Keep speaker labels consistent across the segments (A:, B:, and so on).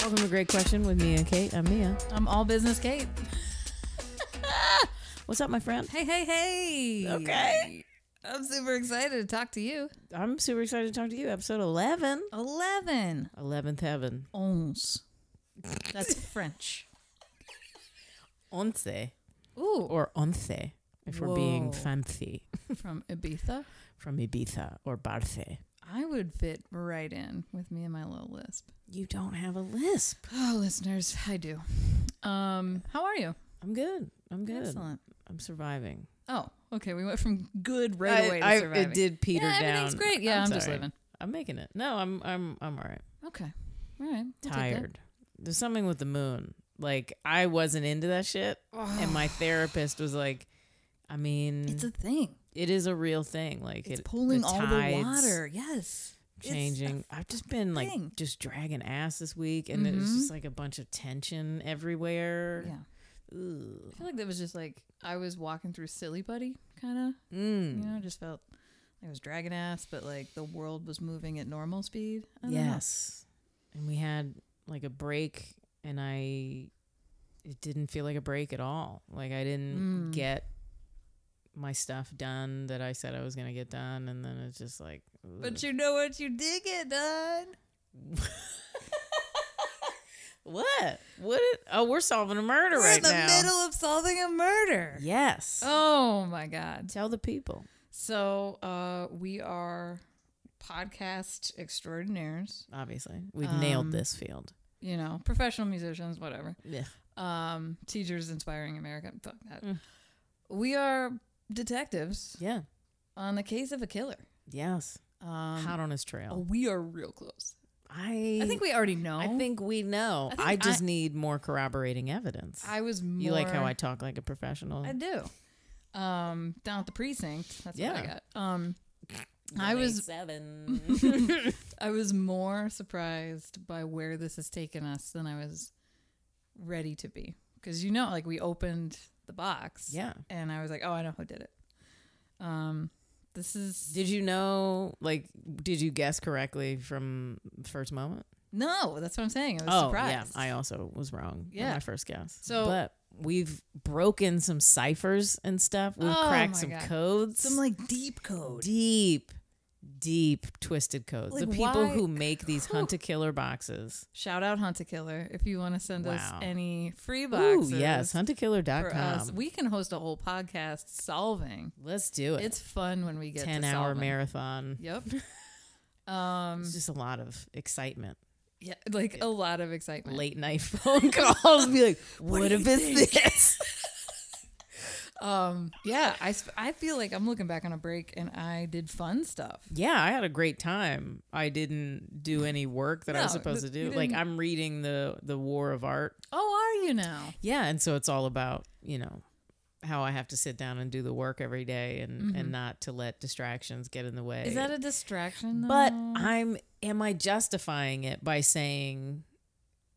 A: Welcome to Great Question with Mia and Kate. I'm Mia.
B: I'm all business Kate.
A: What's up, my friend?
B: Hey, hey, hey.
A: Okay.
B: I'm super excited to talk to you.
A: I'm super excited to talk to you. Episode 11.
B: 11
A: 11th heaven.
B: ons. That's French.
A: Once.
B: Ooh,
A: Or once, if we're being
B: Whoa.
A: fancy.
B: from Ibiza.
A: From Ibiza or Barce.
B: I would fit right in with me and my little lisp.
A: You don't have a lisp.
B: Oh, listeners, I do. Um, how are you?
A: I'm good. I'm good.
B: Excellent.
A: I'm surviving.
B: Oh, okay. We went from good right away to surviving.
A: it did peter
B: yeah,
A: down.
B: everything's great. Yeah, I'm, just
A: sorry.
B: living.
A: I'm making it. No, I'm I'm I'm all right.
B: Okay. All right. I'll take that.
A: Tired. There's something with the moon. Like I wasn't into that shit, and my therapist was like, "I mean,
B: It's a thing.
A: it is a real thing. Like
B: It's
A: it,
B: pulling
A: the
B: all the
A: tides
B: water. Yes. It's a
A: changing. I've just been like
B: thing.
A: just dragging ass this week, and there's
B: Mhm.
A: just like a bunch of tension everywhere.
B: Yeah.
A: Ugh.
B: I feel like that was just like I was walking through silly buddy kind of,
A: Mm.
B: you know, just felt like I was dragging ass, but like the world was moving at normal speed. I don't know.
A: Yes, and we had like a break, and I it didn't feel like a break at all. Like I didn't
B: Mm.
A: get my stuff done that I said I was gonna get done, and then it's just like. ugh.
B: But you know what you did get done?
A: what? What? It, oh, we're solving a murder
B: We're
A: right
B: in the
A: now.
B: middle of solving a murder.
A: Yes.
B: Oh my God.
A: Tell the people.
B: So uh, we are podcast extraordinaires,
A: Obviously, we've nailed
B: Um,
A: this field.
B: you know, professional musicians, whatever.
A: Yeah.
B: Um, teachers inspiring America. Fuck that.
A: Mm.
B: We are detectives
A: Yeah.
B: on the case of a killer.
A: Yes.
B: Um,
A: Hot on his
B: Oh,
A: trail.
B: we are real close.
A: I.
B: I think we already know.
A: I think we know.
B: I think
A: I, just
B: I-
A: need more corroborating evidence.
B: I was more.
A: you like how I talk like a professional?
B: I do. Um, down at the precinct. That's what I
A: Yeah.
B: got. Um, I was-
A: seven.
B: I was more surprised by where this has taken us than I was ready to be. Because you know, like we opened the box.
A: yeah.
B: And I was like, oh, I know who did it. Um, this is
A: Did you know? Like, did you guess correctly from first moment? Oh,
B: no. That's what I'm saying. I was surprised.
A: yeah. I also was wrong. Yeah,
B: Yeah.
A: my first guess.
B: So-
A: but we've broken some ciphers and stuff. We've
B: Oh
A: cracked
B: my
A: some
B: God.
A: codes.
B: some like deep code.
A: deep, deep twisted codes. the
B: Like,
A: people
B: why-
A: who make these
B: Whew.
A: hunt a killer boxes.
B: Shout out Hunt a Killer if you want to send us
A: Wow.
B: any free boxes.
A: Ooh, yes,
B: for us.
A: huntakiller.com.
B: We can host a whole podcast solving.
A: Let's do it.
B: It's fun when we get
A: ten
B: to
A: hour
B: solving.
A: marathon.
B: Yep. Um.
A: It's just a lot of excitement.
B: Yeah, like a lot of excitement.
A: Late night phone calls. Be like, what,
B: do
A: if
B: you
A: it's this?
B: Um. Yeah. I sp- I feel like I'm looking back on a break and I did fun stuff.
A: Yeah, I had a great time. I didn't do any work that I was
B: No,
A: supposed to
B: th- you
A: do. Like
B: didn't-
A: I'm reading the the War of Art.
B: Oh, are you now?
A: Yeah, and so it's all about you know how I have to sit down and do the work every day and and not to let distractions get in the way.
B: Mm-hmm. Is that a distraction?
A: but
B: though?
A: I'm am I justifying it by saying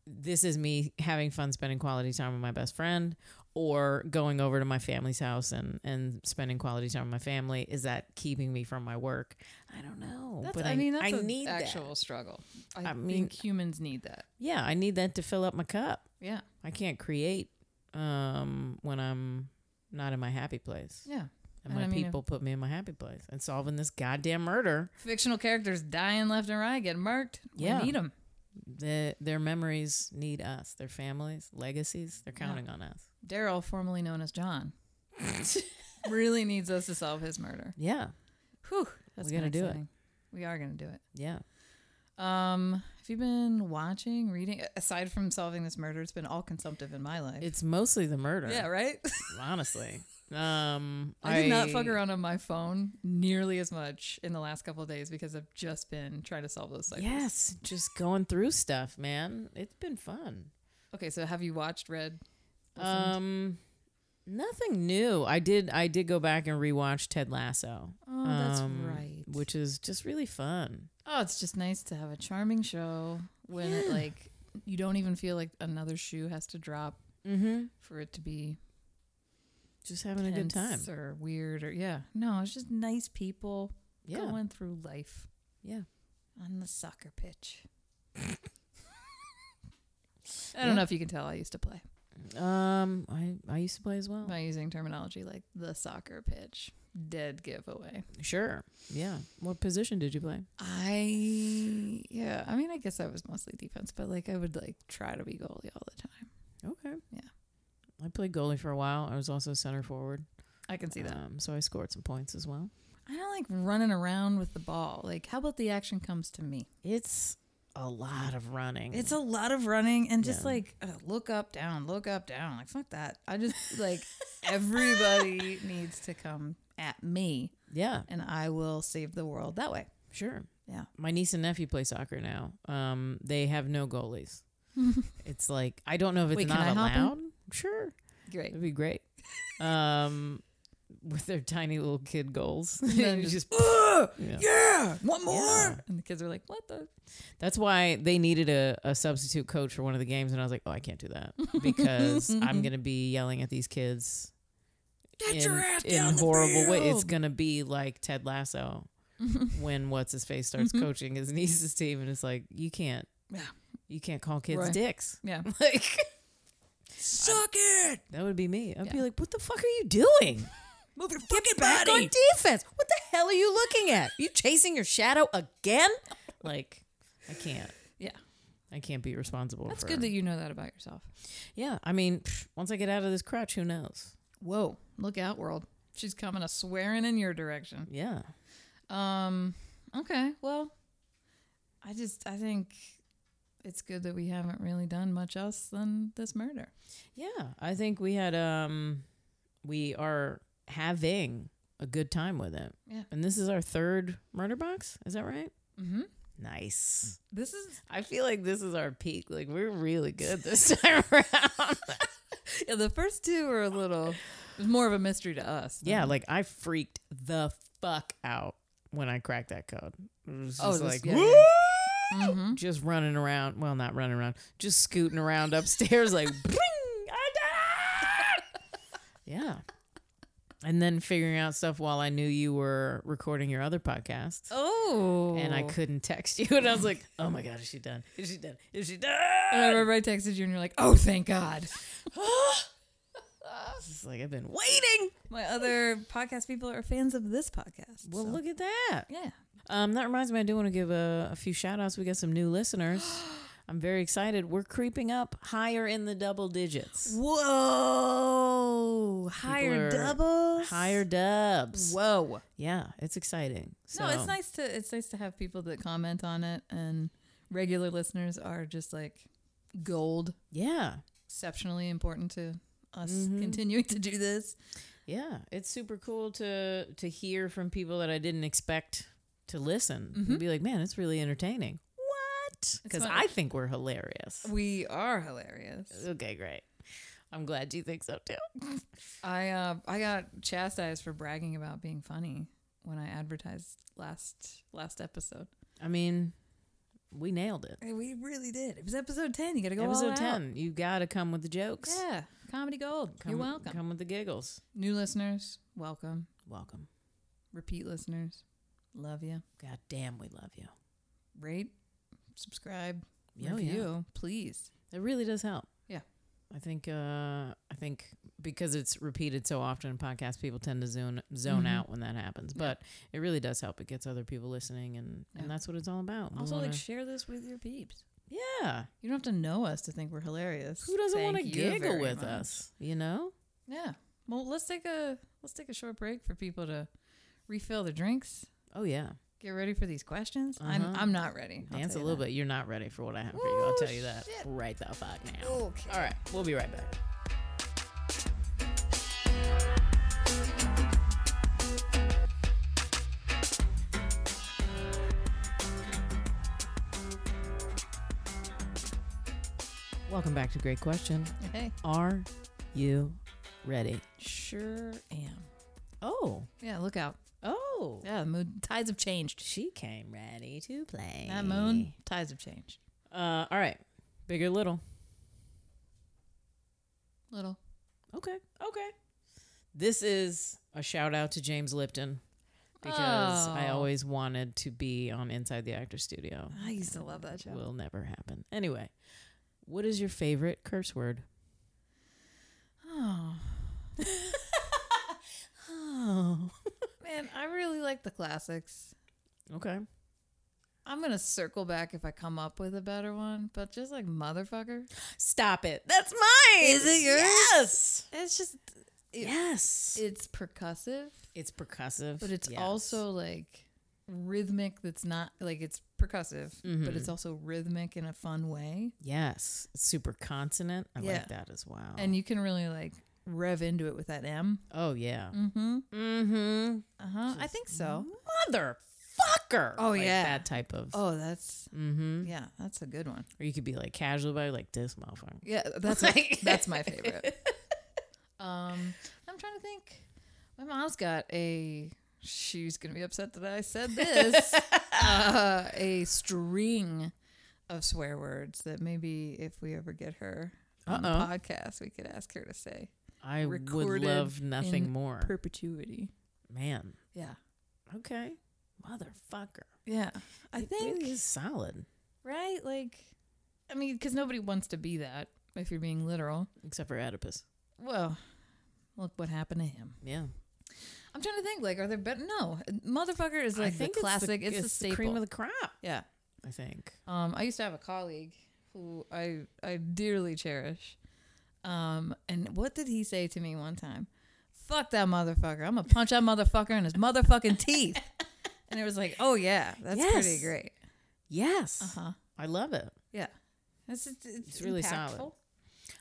A: this is me having fun spending quality time with my best friend or going over to my family's house and and spending quality time with my family is that keeping me from my work? I don't know.
B: that's,
A: but
B: I, mean that's
A: I
B: an
A: need that.
B: actual struggle. I,
A: I mean-
B: think humans need that.
A: Yeah, I need that to fill up my cup.
B: Yeah.
A: I can't create um when I'm not in my happy place.
B: Yeah.
A: And
B: and
A: my
B: I mean if-
A: people put me in my happy place. And solving this goddamn murder,
B: Fictional characters dying left and right, getting murked. We
A: Yeah.
B: need them.
A: the, their memories need us. Their families, legacies, they're counting on us.
B: Daryl, formerly known as John, really needs us to solve his murder.
A: Yeah.
B: Whew, that's
A: We gotta
B: been
A: do it.
B: exciting. We are gonna do it.
A: Yeah.
B: Um, have you been watching, reading? Aside from solving this murder, it's been all consumptive in my life.
A: It's mostly the murder.
B: yeah, right.
A: Honestly. Um
B: I did not fuck around on my phone nearly as much in the last couple of days because I've just been trying to solve those cycles.
A: Yes, just going through stuff, man. It's been fun.
B: Okay, so have you watched Red? Listened?
A: Um nothing new. I did I did go back and rewatch Ted Lasso.
B: oh, that's
A: um,
B: right.
A: Which is just really fun.
B: Oh, it's just nice to have a charming show when it
A: Yeah.
B: like you don't even feel like another shoe has to drop
A: Mm-hmm.
B: for it to be
A: Just having a good time.
B: tense or weird or yeah. No, it's just nice people
A: Yeah.
B: going through life
A: Yeah.
B: on the soccer pitch. I don't
A: Yeah.
B: know if you can tell I used to play
A: Um, I I used to play as well.
B: by using terminology like the soccer pitch. Dead giveaway.
A: Sure. Yeah. What position did you play?
B: I yeah, I mean I guess I was mostly defense, but like I would like try to be goalie all the time.
A: Okay.
B: Yeah.
A: I played goalie for a while. I was also center forward.
B: I can see that.
A: Um, so I scored some points as well.
B: I don't like running around with the ball. Like how about the action comes to me?
A: It's a lot of running.
B: It's a lot of running and just
A: Yeah.
B: like uh, look up, down, look up, down. Like fuck that. I just like everybody needs to come at me,
A: yeah,
B: and I will save the world that way.
A: sure.
B: Yeah.
A: My niece and nephew play soccer now. Um, they have no goalies. it's like I don't know if it's
B: Wait, can
A: not
B: I hop in?
A: allowed. Sure,
B: Great.
A: it'd be great. um, with their tiny little kid goals,
B: And then
A: It was
B: just,
A: just yeah.
B: Yeah, one
A: more!" Yeah.
B: And the kids are like, "What the?"
A: That's why they needed a, a substitute coach for one of the games, and I was like, "Oh, I can't do that because I'm gonna be yelling at these kids in, in horrible way. It's gonna be like Ted Lasso when what's his face starts
B: Mm-hmm.
A: coaching his niece's team, and it's like you can't,
B: Yeah.
A: you can't call kids
B: Right.
A: dicks.
B: Yeah,
A: Like
B: suck it.
A: that would be me. I'd be
B: Yeah.
A: like, "What the fuck are you doing?
B: Move your
A: Get back on defense. What the hell are you looking at? You chasing your shadow again? Like I can't."
B: Yeah.
A: I can't be responsible.
B: That's
A: for
B: good that you know that about yourself.
A: Yeah, I mean, pff, once I get out of this crutch, who knows?
B: Whoa, look out, world! She's coming a swearing in your direction.
A: Yeah,
B: Um. Okay. Well, I just I think it's good that we haven't really done much else than this murder.
A: yeah. I think we had um, we are having a good time with it.
B: Yeah.
A: and this is our third murder box. Is that right?
B: Mm-hmm.
A: Nice.
B: This is
A: I feel like this is our peak. Like we're really good this time around.
B: yeah, the first two were a little. It was more of a mystery to us. than-
A: yeah, like I freaked the fuck out when I cracked that code. It was
B: Oh,
A: just
B: this-
A: like
B: yeah, yeah.
A: "Woo!"
B: Mhm.
A: just running around. Well, not running around, just scooting around upstairs, like, bring, I did it! Yeah. And then figuring out stuff while I knew you were recording your other podcast.
B: Oh.
A: And I couldn't text you. And I was like, oh my God, is she done? Is she done? Is she done?
B: And I remember I texted you and you're like, oh, thank God.
A: It's like, I've been waiting.
B: My other podcast people are fans of this podcast.
A: Well,
B: so-
A: look at that.
B: Yeah.
A: Um, that reminds me, I do want to give a, a few shout outs. We got some new listeners. I'm very excited. We're creeping up higher in the double digits.
B: Whoa.
A: Higher
B: doubles?
A: Higher dubs.
B: Whoa.
A: Yeah, it's exciting. So,
B: No, it's nice to it's nice to have people that comment on it and regular listeners are just like gold,
A: Yeah,
B: exceptionally important to us
A: Mhm.
B: continuing to do this.
A: yeah, it's super cool to to hear from people that I didn't expect to listen
B: Mhm.
A: and be like, man, it's really entertaining. What? Because
B: fun.
A: I think we're hilarious.
B: We are hilarious.
A: Okay, great. I'm glad you think so too.
B: I uh, I got chastised for bragging about being funny when I advertised last last episode.
A: I mean, we nailed it.
B: Hey, we really did. It was episode ten. You got to go all
A: Episode
B: out.
A: ten, you got to come with the jokes.
B: Yeah, comedy gold.
A: Come,
B: You're welcome.
A: Come with the giggles.
B: New listeners, welcome.
A: Welcome.
B: Repeat listeners, love you.
A: God damn, we love you.
B: Rate, subscribe,
A: Yeah, yeah.
B: review, please.
A: It really does help.
B: Yeah.
A: I think uh I think because it's repeated so often in podcasts, people tend to zone zone
B: Mhm.
A: out when that happens. But it really does help. It gets other people listening and
B: Yeah.
A: and that's what it's all about. We
B: Also, like
A: wanna-
B: share this with your peeps.
A: yeah.
B: You don't have to know us to think we're hilarious.
A: Who doesn't
B: Thank
A: want to
B: you
A: giggle
B: very
A: with
B: much.
A: us? You know?
B: Yeah. Well, let's take a let's take a short break for people to refill their drinks.
A: Oh yeah.
B: Get ready for these questions. I'm
A: Uh-huh.
B: I'm not ready. I'll
A: Dance a
B: tell you
A: little
B: that.
A: bit. You're not ready for what I have for you. I'll
B: Woo,
A: tell you that
B: shit.
A: right the fuck now.
B: Okay.
A: All right, we'll be right back. Welcome back to Great Question.
B: Hey,
A: Are you ready?
B: sure am.
A: Oh,
B: Yeah, look out.
A: oh.
B: Yeah, the mood tides have changed.
A: She came ready to play.
B: That moon tides have changed.
A: Uh, all right. Big or little?
B: Little.
A: Okay. Okay. This is a shout out to James Lipton because I
B: Oh.
A: always wanted to be on Inside the Actor Studio.
B: I used to love that show.
A: Will never happen. Anyway, What is your favorite curse word?
B: Oh.
A: Oh.
B: Man, I really like the classics.
A: Okay.
B: I'm gonna circle back if I come up with a better one, but just like motherfucker,
A: Stop it. That's mine.
B: Is it yours?
A: Yes.
B: it's just It-
A: yes.
B: it's percussive,
A: it's percussive.
B: but it's
A: yes.
B: also like rhythmic. That's not like it's percussive, but it's also rhythmic in a fun way,
A: Yes. Super consonant. I
B: Yeah.
A: like that as well.
B: and you can really like rev into it with that M.
A: oh yeah.
B: Mm-hmm.
A: Mm-hmm.
B: Uh huh. I think so.
A: Motherfucker.
B: Oh,
A: Like
B: yeah.
A: That type of
B: Oh, that's
A: mm-hmm.
B: yeah, that's a good one.
A: Or you could be like casual about it, like this motherfucker.
B: Yeah, that's my, that's my favorite. Um, I'm trying to think. My mom's got a. She's gonna be upset that I said this. uh, a string of swear words that maybe if we ever get her on
A: Uh-oh.
B: the podcast, we could ask her to say
A: I would
B: Recorded
A: love nothing
B: in
A: more.
B: perpetuity.
A: Man.
B: Yeah,
A: Okay. Motherfucker.
B: yeah. I
A: It really
B: think
A: is solid.
B: right. Like, I mean, because nobody wants to be that. If you're being literal,
A: Except for Oedipus.
B: well, look what happened to him.
A: Yeah.
B: I'm trying to think. Like, are there better? No, motherfucker is
A: I
B: like the
A: think
B: classic. It's, the
A: it's
B: staple.
A: cream of the crop.
B: yeah.
A: I think.
B: Um, I used to have a colleague who I I dearly cherish. Um, and what did he say to me one time? Fuck that motherfucker! I'm gonna punch that motherfucker in his motherfucking teeth. And it was like, oh yeah, that's pretty
A: Yes.
B: great.
A: Yes.
B: Uh huh.
A: Uh-huh. I love it.
B: Yeah. That's it's, it's,
A: It's really solid.
B: impactful.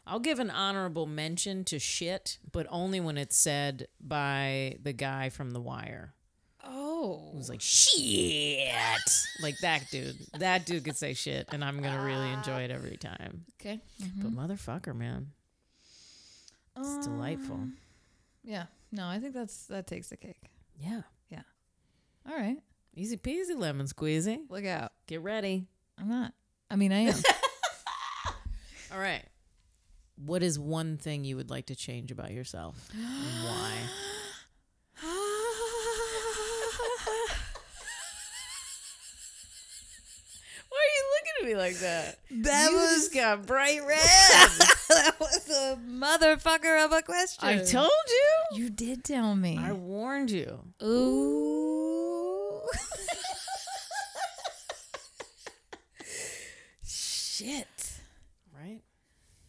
A: I'll give an honorable mention to shit, but only when it's said by the guy from The Wire.
B: Oh,
A: It was like shit. like that dude. That dude could say shit and I'm going to really enjoy it every time.
B: okay.
A: But motherfucker, man. It's delightful.
B: Um, Yeah. No, I think that's that takes the cake.
A: Yeah.
B: All right.
A: Easy peasy lemon squeezy.
B: Look out.
A: Get ready.
B: I'm not. I mean, I am.
A: All right. What is one thing you would like to change about yourself? And why? Why are you looking at me like that?
B: that
A: you just got bright red.
B: that was a motherfucker of a question.
A: I told you.
B: you did tell me.
A: I warned you.
B: Ooh. Shit.
A: Right?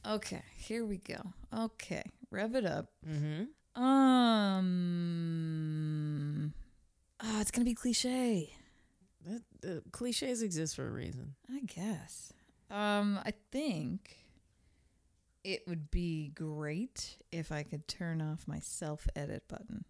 B: Okay, here we go. Okay, rev it up.
A: Mm-hmm.
B: Um. Oh, it's gonna be cliche.
A: That, uh, cliches exist for a reason.
B: I guess. Um, I think it would be great if I could turn off my self edit button.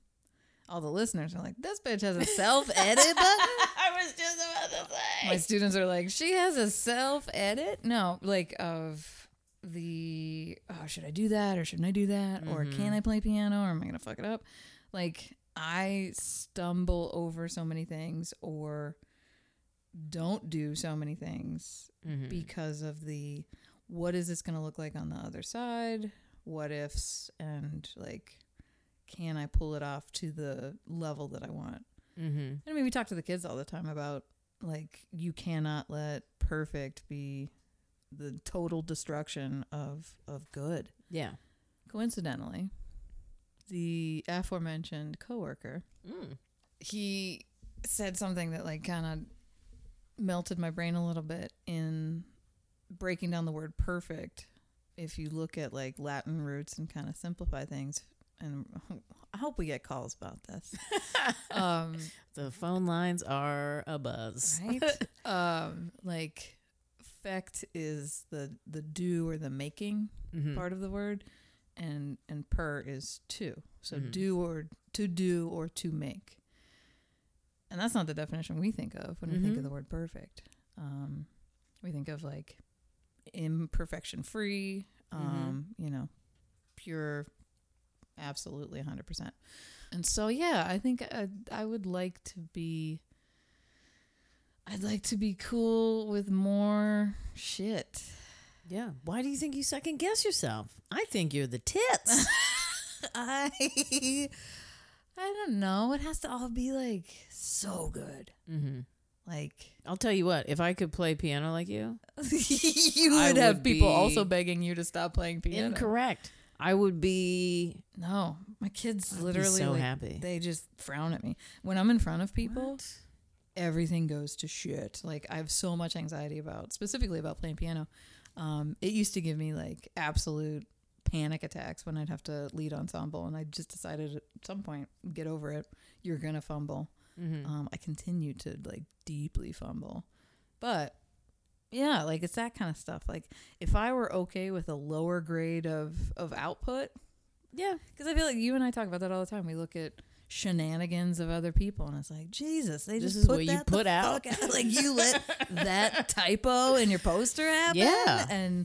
B: All the listeners are like, this bitch has a self edit button.
A: I was just about to
B: My students are like, she has a self edit? No, like, of the, oh, should I do that or shouldn't I do that? Or can I play piano or am I going to fuck it up? Like, I stumble over so many things or don't do so many things
A: Mm-hmm.
B: because of the what is this going to look like on the other side what ifs and like can i pull it off to the level that i want
A: Mm-hmm.
B: i mean we talk to the kids all the time about like you cannot let perfect be the total destruction of of good
A: Yeah.
B: coincidentally the aforementioned coworker
A: Mm.
B: he said something that like kind of melted my brain a little bit in breaking down the word perfect if you look at like latin roots and kind of simplify things and i hope we get calls about this um
A: The phone lines are a buzz.
B: right um like fect is the the do or the making
A: Mhm.
B: part of the word and and per is to so
A: Mhm.
B: do or to do or to make and that's not the definition we think of when we think
A: Mhm.
B: of the word perfect um, we think of like imperfection free um, you know pure absolutely 100% and so yeah i think I, I would like to be i'd like to be cool with more shit
A: Yeah. Why do you think you second guess yourself? I think you're the tits.
B: I I don't know. It has to all be like so good.
A: mm-hmm.
B: Like
A: I'll tell you what, if I could play piano like you,
B: you
A: I
B: would have
A: would
B: people
A: be-
B: also begging you to stop playing piano.
A: incorrect. I would be
B: No, my kids
A: I'd
B: literally
A: be so
B: like,
A: happy.
B: they just frown at me when I'm in front of people.
A: What?
B: everything goes to shit. Like I have so much anxiety about specifically about playing piano. Um, it used to give me like absolute panic attacks when I'd have to lead ensemble, and I just decided at some point get over it. You're gonna fumble.
A: Mhm.
B: Um, I continued to like deeply fumble, but yeah, like it's that kind of stuff. Like if I were okay with a lower grade of of output,
A: yeah.
B: because I feel like you and I talk about that all the time. We look at shenanigans of other people, and it's like Jesus, they
A: This
B: just
A: is
B: put
A: what you
B: that the
A: put out.
B: fuck Like you let that typo in your poster happen.
A: Yeah.
B: and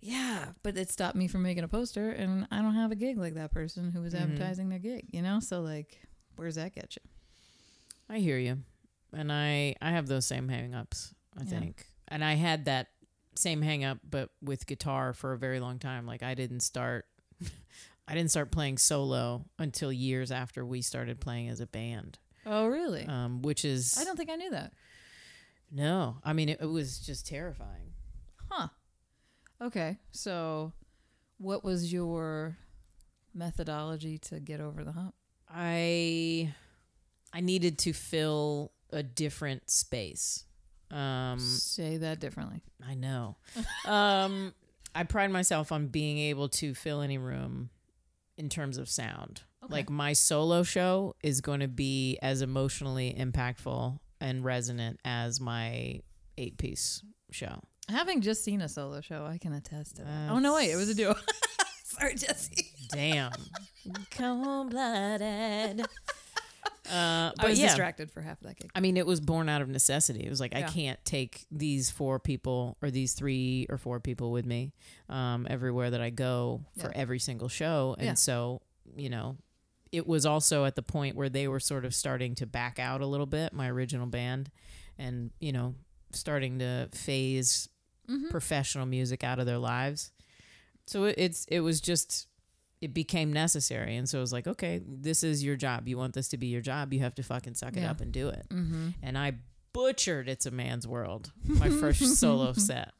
B: yeah, but it stopped me from making a poster, and I don't have a gig like that person who was
A: Mhm.
B: advertising their gig. You know, so like, where's that get you?
A: I hear you. And I I have those same hang ups, I
B: Yeah.
A: think. And I had that same hang up but with guitar for a very long time. Like I didn't start I didn't start playing solo until years after we started playing as a band.
B: Oh, really?
A: Um, which is
B: I don't think I knew that.
A: no. I mean it, it was just terrifying.
B: Huh. Okay, so what was your methodology to get over the hump?
A: I I needed to fill a different space. Um
B: Say that differently.
A: I know. um, I pride myself on being able to fill any room in terms of sound.
B: Okay.
A: Like my solo show is going to be as emotionally impactful and resonant as my eight piece show.
B: Having just seen a solo show, I can attest to that.
A: Uh,
B: oh no, wait, it was a duo. Sorry, Jesse.
A: Damn. Cold blooded. Uh,
B: I
A: but
B: was
A: yeah,
B: distracted for half of that gig.
A: I mean, it was born out of necessity. It was like I
B: Yeah.
A: can't take these four people or these three or four people with me um, everywhere that I go for
B: Yeah.
A: every single show, and
B: Yeah.
A: so you know, it was also at the point where they were sort of starting to back out a little bit, my original band, and you know, starting to phase
B: Mhm.
A: professional music out of their lives. So it, it's it was just it became necessary, and so it was like, okay, this is your job. You want this to be your job. You have to fucking suck it
B: Yeah.
A: up and do it
B: Mm-hmm.
A: and I butchered It's a Man's World, my first solo set.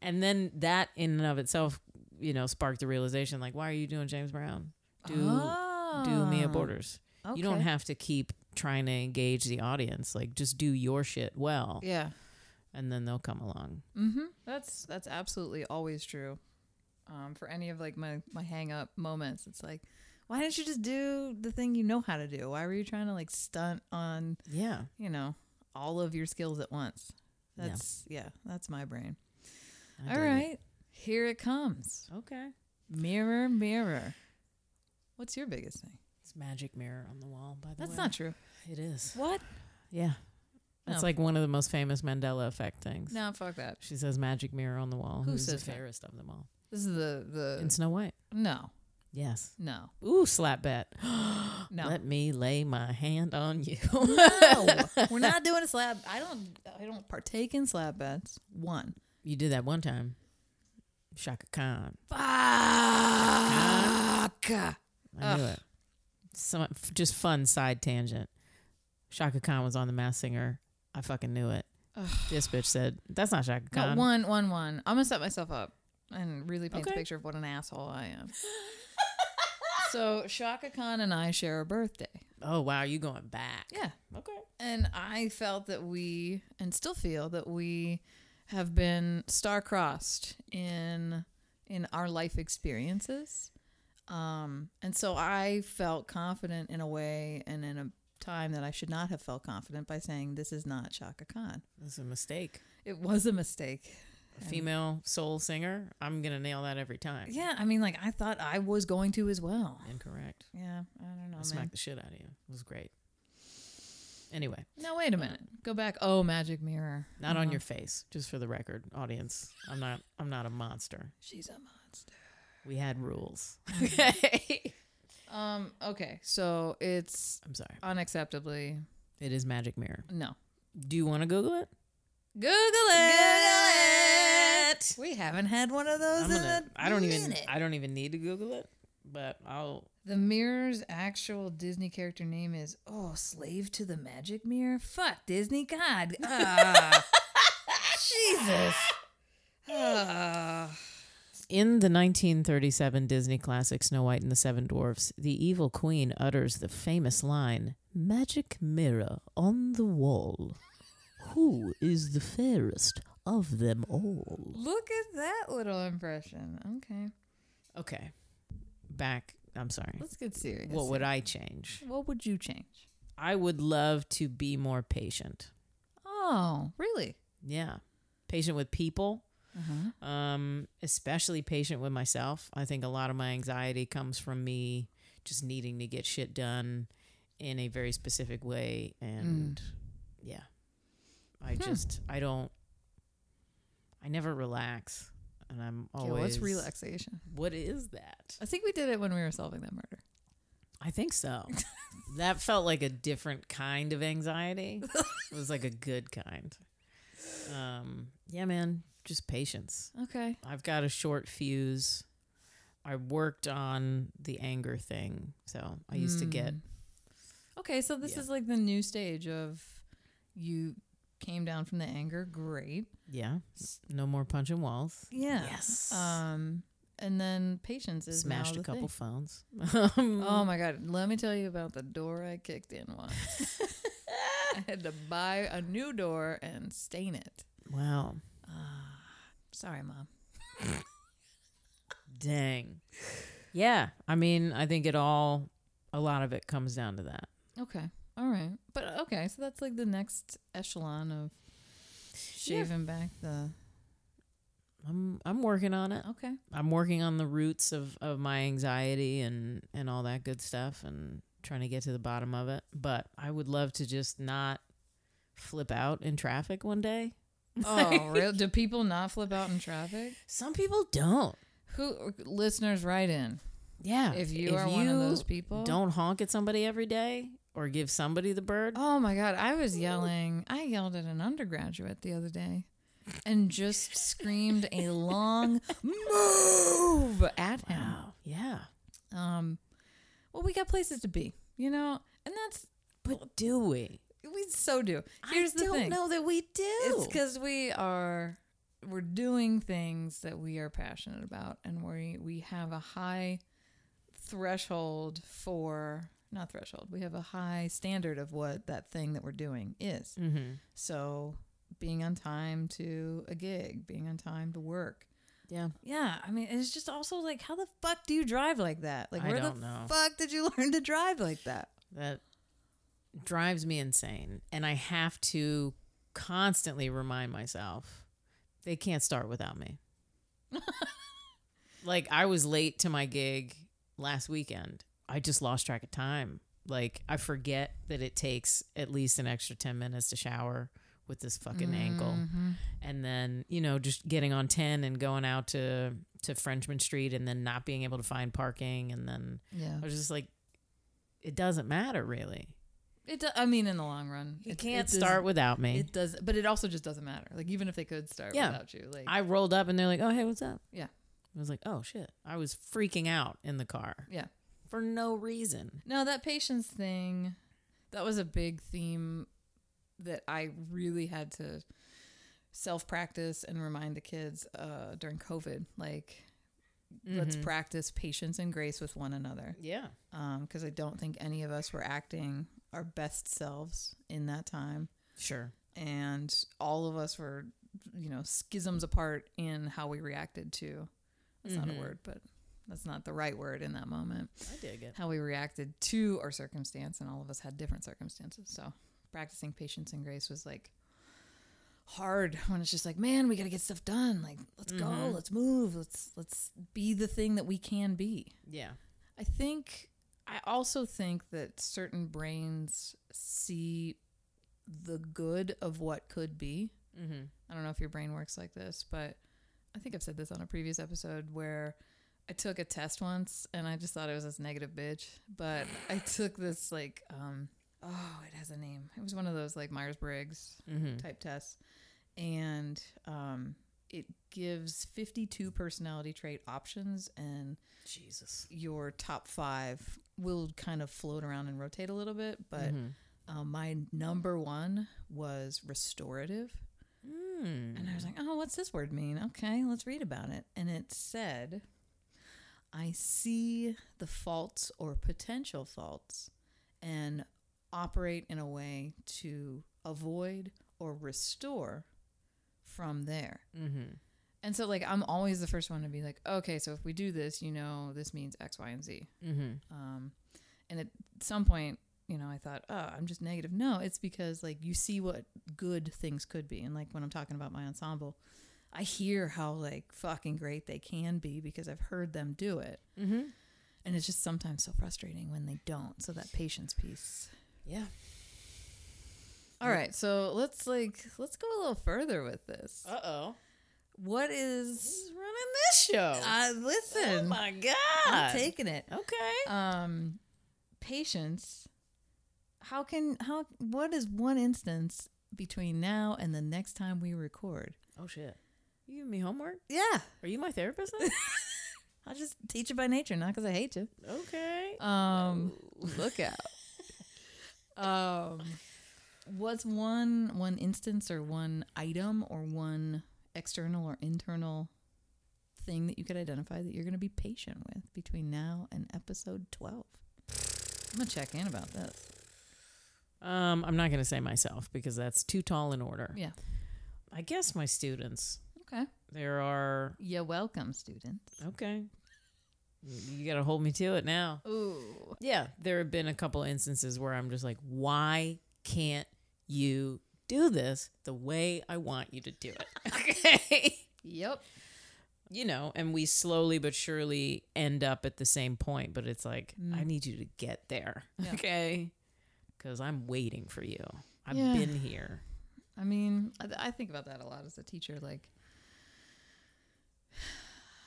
A: And then that in and of itself, you know, sparked the realization like, why are you doing James Brown? Do do
B: Oh,
A: Mia Borders. You don't have to keep trying to engage the audience. Like just do your shit well
B: Yeah.
A: and then they'll come along.
B: Mm-hmm. That's that's absolutely always true. Um, for any of like my my hang up moments, it's like, why didn't you just do the thing you know how to do? Why were you trying to like stunt on
A: Yeah.
B: you know all of your skills at once?
A: Yeah.
B: That's yeah, that's my brain.
A: I
B: all
A: dig it.
B: right, here it comes.
A: Okay.
B: Mirror, mirror. What's your biggest thing?
A: It's magic mirror on the wall by the
B: That's
A: way.
B: not true.
A: It is.
B: What?
A: Yeah. That's
B: No.
A: like one of the most famous Mandela effect things.
B: No, fuck that.
A: She says magic mirror on the wall.
B: Who
A: Who's
B: says
A: the
B: that?
A: fairest of them all?
B: This is the the
A: In Snow White.
B: no,
A: Yes.
B: no,
A: Ooh, slap bet.
B: no.
A: Let me lay my hand on you.
B: no, we're not doing a slab. I don't. I don't partake in slab bets. One.
A: you did that one time. Shaka Khan.
B: Fuck.
A: I knew it. Some, f- just fun side tangent. Shaka Khan was on The Mass Singer. I fucking knew it.
B: Ugh.
A: This bitch said, that's not Shaka
B: No,
A: Khan.
B: one, one, one. I'm gonna set myself up and really paint a
A: Okay.
B: picture of what an asshole I am. so Shaka Khan and I share a birthday.
A: Oh, wow. You going back.
B: Yeah.
A: Okay.
B: And I felt that we, and still feel that we, have been star-crossed in in our life experiences. Um, and so I felt confident in a way and in a time that I should not have felt confident by saying this is not Shaka Khan.
A: That's a mistake.
B: It was a mistake.
A: A female soul singer. I'm going to nail that every time.
B: Yeah, I mean, like I thought I was going to as well.
A: Incorrect.
B: Yeah, I don't know,
A: I
B: man.
A: smacked the shit out of you. It was great. Anyway.
B: No, wait a minute. Go back. Oh, Magic Mirror.
A: Not
B: Uh-huh.
A: on your face, just for the record, audience. I'm not I'm not a monster.
B: She's a monster.
A: We had rules.
B: Um. Okay. So it's
A: I'm sorry.
B: unacceptably
A: It is magic mirror.
B: no.
A: Do you want to Google it?
B: Google it. We haven't had one of those
A: I'm
B: in a
A: gonna, I don't even
B: minute.
A: I don't even need to Google it, but I'll
B: The mirror's actual Disney character name is oh, slave to the magic mirror. Fuck Disney, God, ah, Jesus. Ah.
A: In the 1937 Disney classic Snow White and the Seven Dwarfs, the evil queen utters the famous line Magic mirror on the wall. Who is the fairest of them all?
B: Look at that little impression. Okay,
A: Okay. Back. I'm sorry.
B: let's get serious.
A: What would I change?
B: what would you change?
A: I would love to be more patient.
B: Oh, really?
A: Yeah. Patient with people,
B: Uh-huh.
A: um, especially patient with myself. I think a lot of my anxiety comes from me just needing to get shit done in a very specific way. And yeah, I just, I don't, I never relax. And I'm
B: Okay,
A: always.
B: what's relaxation?
A: What is that?
B: I think we did it when we were solving that murder.
A: I think so. that felt like a different kind of anxiety. it was like a good kind. Um, yeah, man, just patience.
B: Okay.
A: I've got a short fuse. I worked on the anger thing, so I used to get
B: Mm. Okay, so this
A: Yeah.
B: is like the new stage of you came down from the anger, great.
A: yeah, no more punching walls.
B: Yeah.
A: Yes,
B: Um and then patience is now
A: smashed a
B: the
A: couple
B: thing.
A: phones. Um,
B: Oh my god, let me tell you about the door I kicked in once. I had to buy a new door and stain it.
A: wow,
B: Sorry, mom.
A: dang. Yeah, I mean, I think it all, a lot of it comes down to that.
B: Okay. All right. But okay, so that's like the next echelon of shaving back the
A: I'm I'm working on it.
B: Okay.
A: I'm working on the roots of, of my anxiety and, and all that good stuff and trying to get to the bottom of it. But I would love to just not flip out in traffic one day.
B: Oh, real? Do people not flip out in traffic?
A: Some people don't.
B: Who listeners write in
A: Yeah.
B: if you are one of those people?
A: Uh, don't honk at somebody every day or give somebody the bird.
B: Oh my god, I was yelling. I yelled at an undergraduate the other day, and just screamed a long move at him.
A: Wow. Yeah.
B: Um, well, we got places to be, you know, and that's
A: But do we?
B: we so do. Here's
A: I
B: the
A: don't
B: thing.
A: know that we do.
B: It's because we are we're doing things that we are passionate about, and we we have a high threshold for not threshold. We have a high standard of what that thing that we're doing is.
A: mm-hmm.
B: So being on time to a gig, being on time to work.
A: Yeah.
B: Yeah, I mean, it's just also like, how the fuck do you drive like that? Like,
A: I
B: where the
A: don't know.
B: fuck did you learn to drive like that?
A: that drives me insane and i have to constantly remind myself they can't start without me like i was late to my gig last weekend i just lost track of time like i forget that it takes at least an extra 10 minutes to shower with this fucking ankle
B: Mm.
A: and then you know just getting on 10 and going out to to frenchman street and then not being able to find parking and then
B: Yeah,
A: I was just like, it doesn't matter really.
B: it. Do- I mean, in the long run,
A: You
B: it-
A: can't
B: it does-
A: start without me.
B: It does, but it also just doesn't matter. Like, even if they could start
A: Yeah.
B: without you, like,
A: I rolled up and they're like, oh, hey, what's up?
B: Yeah.
A: I was like, oh, shit. I was freaking out in the car
B: yeah.
A: for no reason.
B: No, that patience thing, that was a big theme that I really had to self practice and remind the kids uh, during COVID. Like, let's
A: Mm-hmm.
B: practice patience and grace with one another.
A: Yeah.
B: Because I don't think any of us were acting our best selves in that time.
A: Sure.
B: And all of us were, you know, schisms apart in how we reacted to that's not a word, but that's not the right word in that moment
A: I dig it.
B: how we reacted to our circumstance, and all of us had different circumstances. So practicing patience and grace was like hard when it's just like, man, we got to get stuff done. Like, let's go, let's move, let's let's be the thing that we can be.
A: Yeah.
B: I think I also think that certain brains see the good of what could be.
A: Mm-hmm.
B: I don't know if your brain works like this, but I think I've said this on a previous episode where I took a test once and I just thought it was this negative bitch, but I took this like um oh, it has a name. It was one of those like Myers-Briggs
A: Mm-hmm.
B: type tests and um it gives 52 personality trait options and
A: Jesus.
B: your top five will kind of float around and rotate a little bit but
A: Mhm.
B: um, my number one was restorative
A: Mm.
B: and I was like, oh, what's this word mean? Okay, let's read about it. And it said, I see the faults or potential faults and operate in a way to avoid or restore from there.
A: Mhm.
B: And so, like, I'm always the first one to be like, okay, so if we do this, you know, this means X, Y, and Z.
A: Mhm.
B: Um, and at some point, you know, I thought, oh, I'm just negative. No, it's because like you see what good things could be. And like when I'm talking about my ensemble, I hear how like fucking great they can be because I've heard them do it.
A: Mhm.
B: And it's just sometimes so frustrating when they don't. So that patience piece.
A: Yeah.
B: All right, so let's like let's go a little further with this.
A: Uh oh.
B: What is
A: Who's running this show?
B: uh
A: oh
B: listen,
A: my god.
B: I'm taking it.
A: okay.
B: um patience how can how what is one instance between now and the next time we record
A: Oh shit. You giving me homework?
B: yeah
A: Are you my therapist? now?
B: i'll just teach you by nature not because i hate you
A: okay.
B: um look out um what's one one instance or one item or one external or internal thing that you could identify that you're going to be patient with between now and episode 12 i'm gonna check in about this
A: Um, I'm not gonna say myself because that's too tall an order.
B: Yeah.
A: I guess my students.
B: Okay.
A: There are
B: You're welcome, students.
A: okay. You gotta hold me to it now.
B: Ooh.
A: Yeah, there have been a couple instances where I'm just like, why can't you do this the way I want you to do it? okay.
B: Yep.
A: You know, and we slowly but surely end up at the same point, but it's like,
B: Mm.
A: I need you to get there.
B: Yeah.
A: Okay. Because I'm waiting for you. I've
B: Yeah.
A: been here.
B: I mean, I, th- I think about that a lot as a teacher. Like,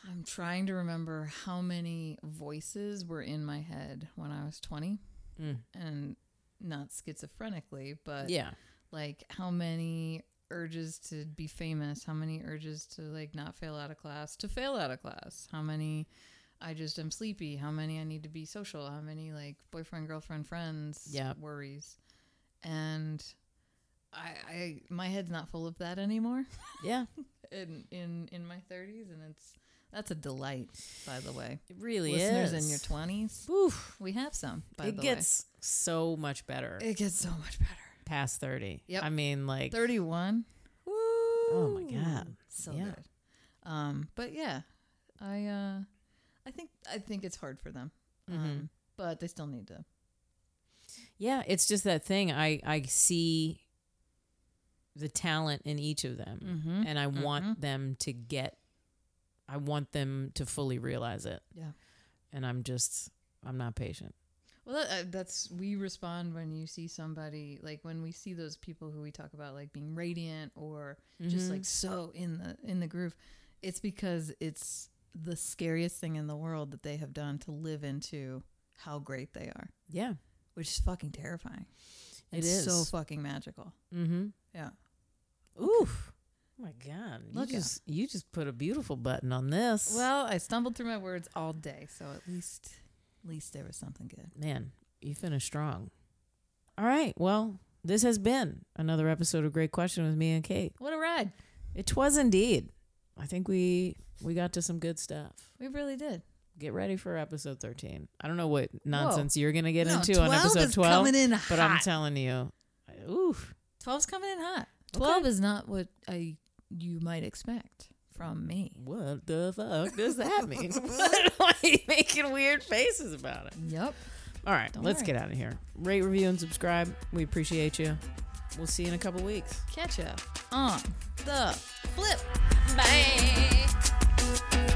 B: I'm trying to remember how many voices were in my head when I was 20,
A: Mm.
B: and not schizophrenically, but
A: Yeah.
B: like how many urges to be famous how many urges to like not fail out of class to fail out of class how many i just am sleepy how many i need to be social how many like boyfriend girlfriend friends
A: Yeah.
B: worries and i i my head's not full of that anymore
A: Yeah.
B: in in in my 30s and it's that's a delight by the way
A: It really
B: listeners
A: is.
B: in your 20s
A: Oof.
B: we have some by
A: it
B: the
A: gets so much better
B: way it gets so much better
A: past 30.
B: Yep.
A: I mean, like,
B: 31 Woo!
A: Oh my God.
B: so
A: Yeah.
B: good um but yeah i uh i think i think it's hard for them
A: Mm-hmm.
B: um but they still need to
A: Yeah, it's just that thing. I I see the talent in each of them,
B: Mhm,
A: and I
B: mhm.
A: want them to get. I want them to fully realize it.
B: Yeah.
A: and I'm just I'm not patient.
B: well that, uh, that's we respond when you see somebody like when we see those people who we talk about like being radiant or just
A: Mhm.
B: like so in the in the groove it's because it's the scariest thing in the world that they have done to live into how great they are
A: yeah,
B: which is fucking terrifying
A: It
B: It's so
A: is.
B: fucking magical
A: mm-hmm.
B: yeah
A: Oof. Oh my God, you
B: Look out.
A: just you just put a beautiful button on this.
B: Well, I stumbled through my words all day, so at least at least there was something good.
A: man, you finished strong. All right, well, this has been another episode of Great Question with me and Kate.
B: What a ride.
A: It was indeed. I think we we got to some good stuff.
B: We really did.
A: get ready for episode 13. I don't know what nonsense you're going to get
B: No,
A: into on
B: 12
A: episode
B: is
A: 12,
B: coming in
A: but I'm
B: hot.
A: telling you, I- oof.
B: 12's coming in hot.
A: Okay.
B: 12 is not what I you might expect from me.
A: What the fuck does that mean? What- Why are you making weird faces about it?
B: Yep.
A: All right,
B: Don't
A: let's
B: worry.
A: get out of here. Rate, review, and subscribe. We appreciate you. We'll see you in a couple weeks.
B: Catch up on the flip. Bye.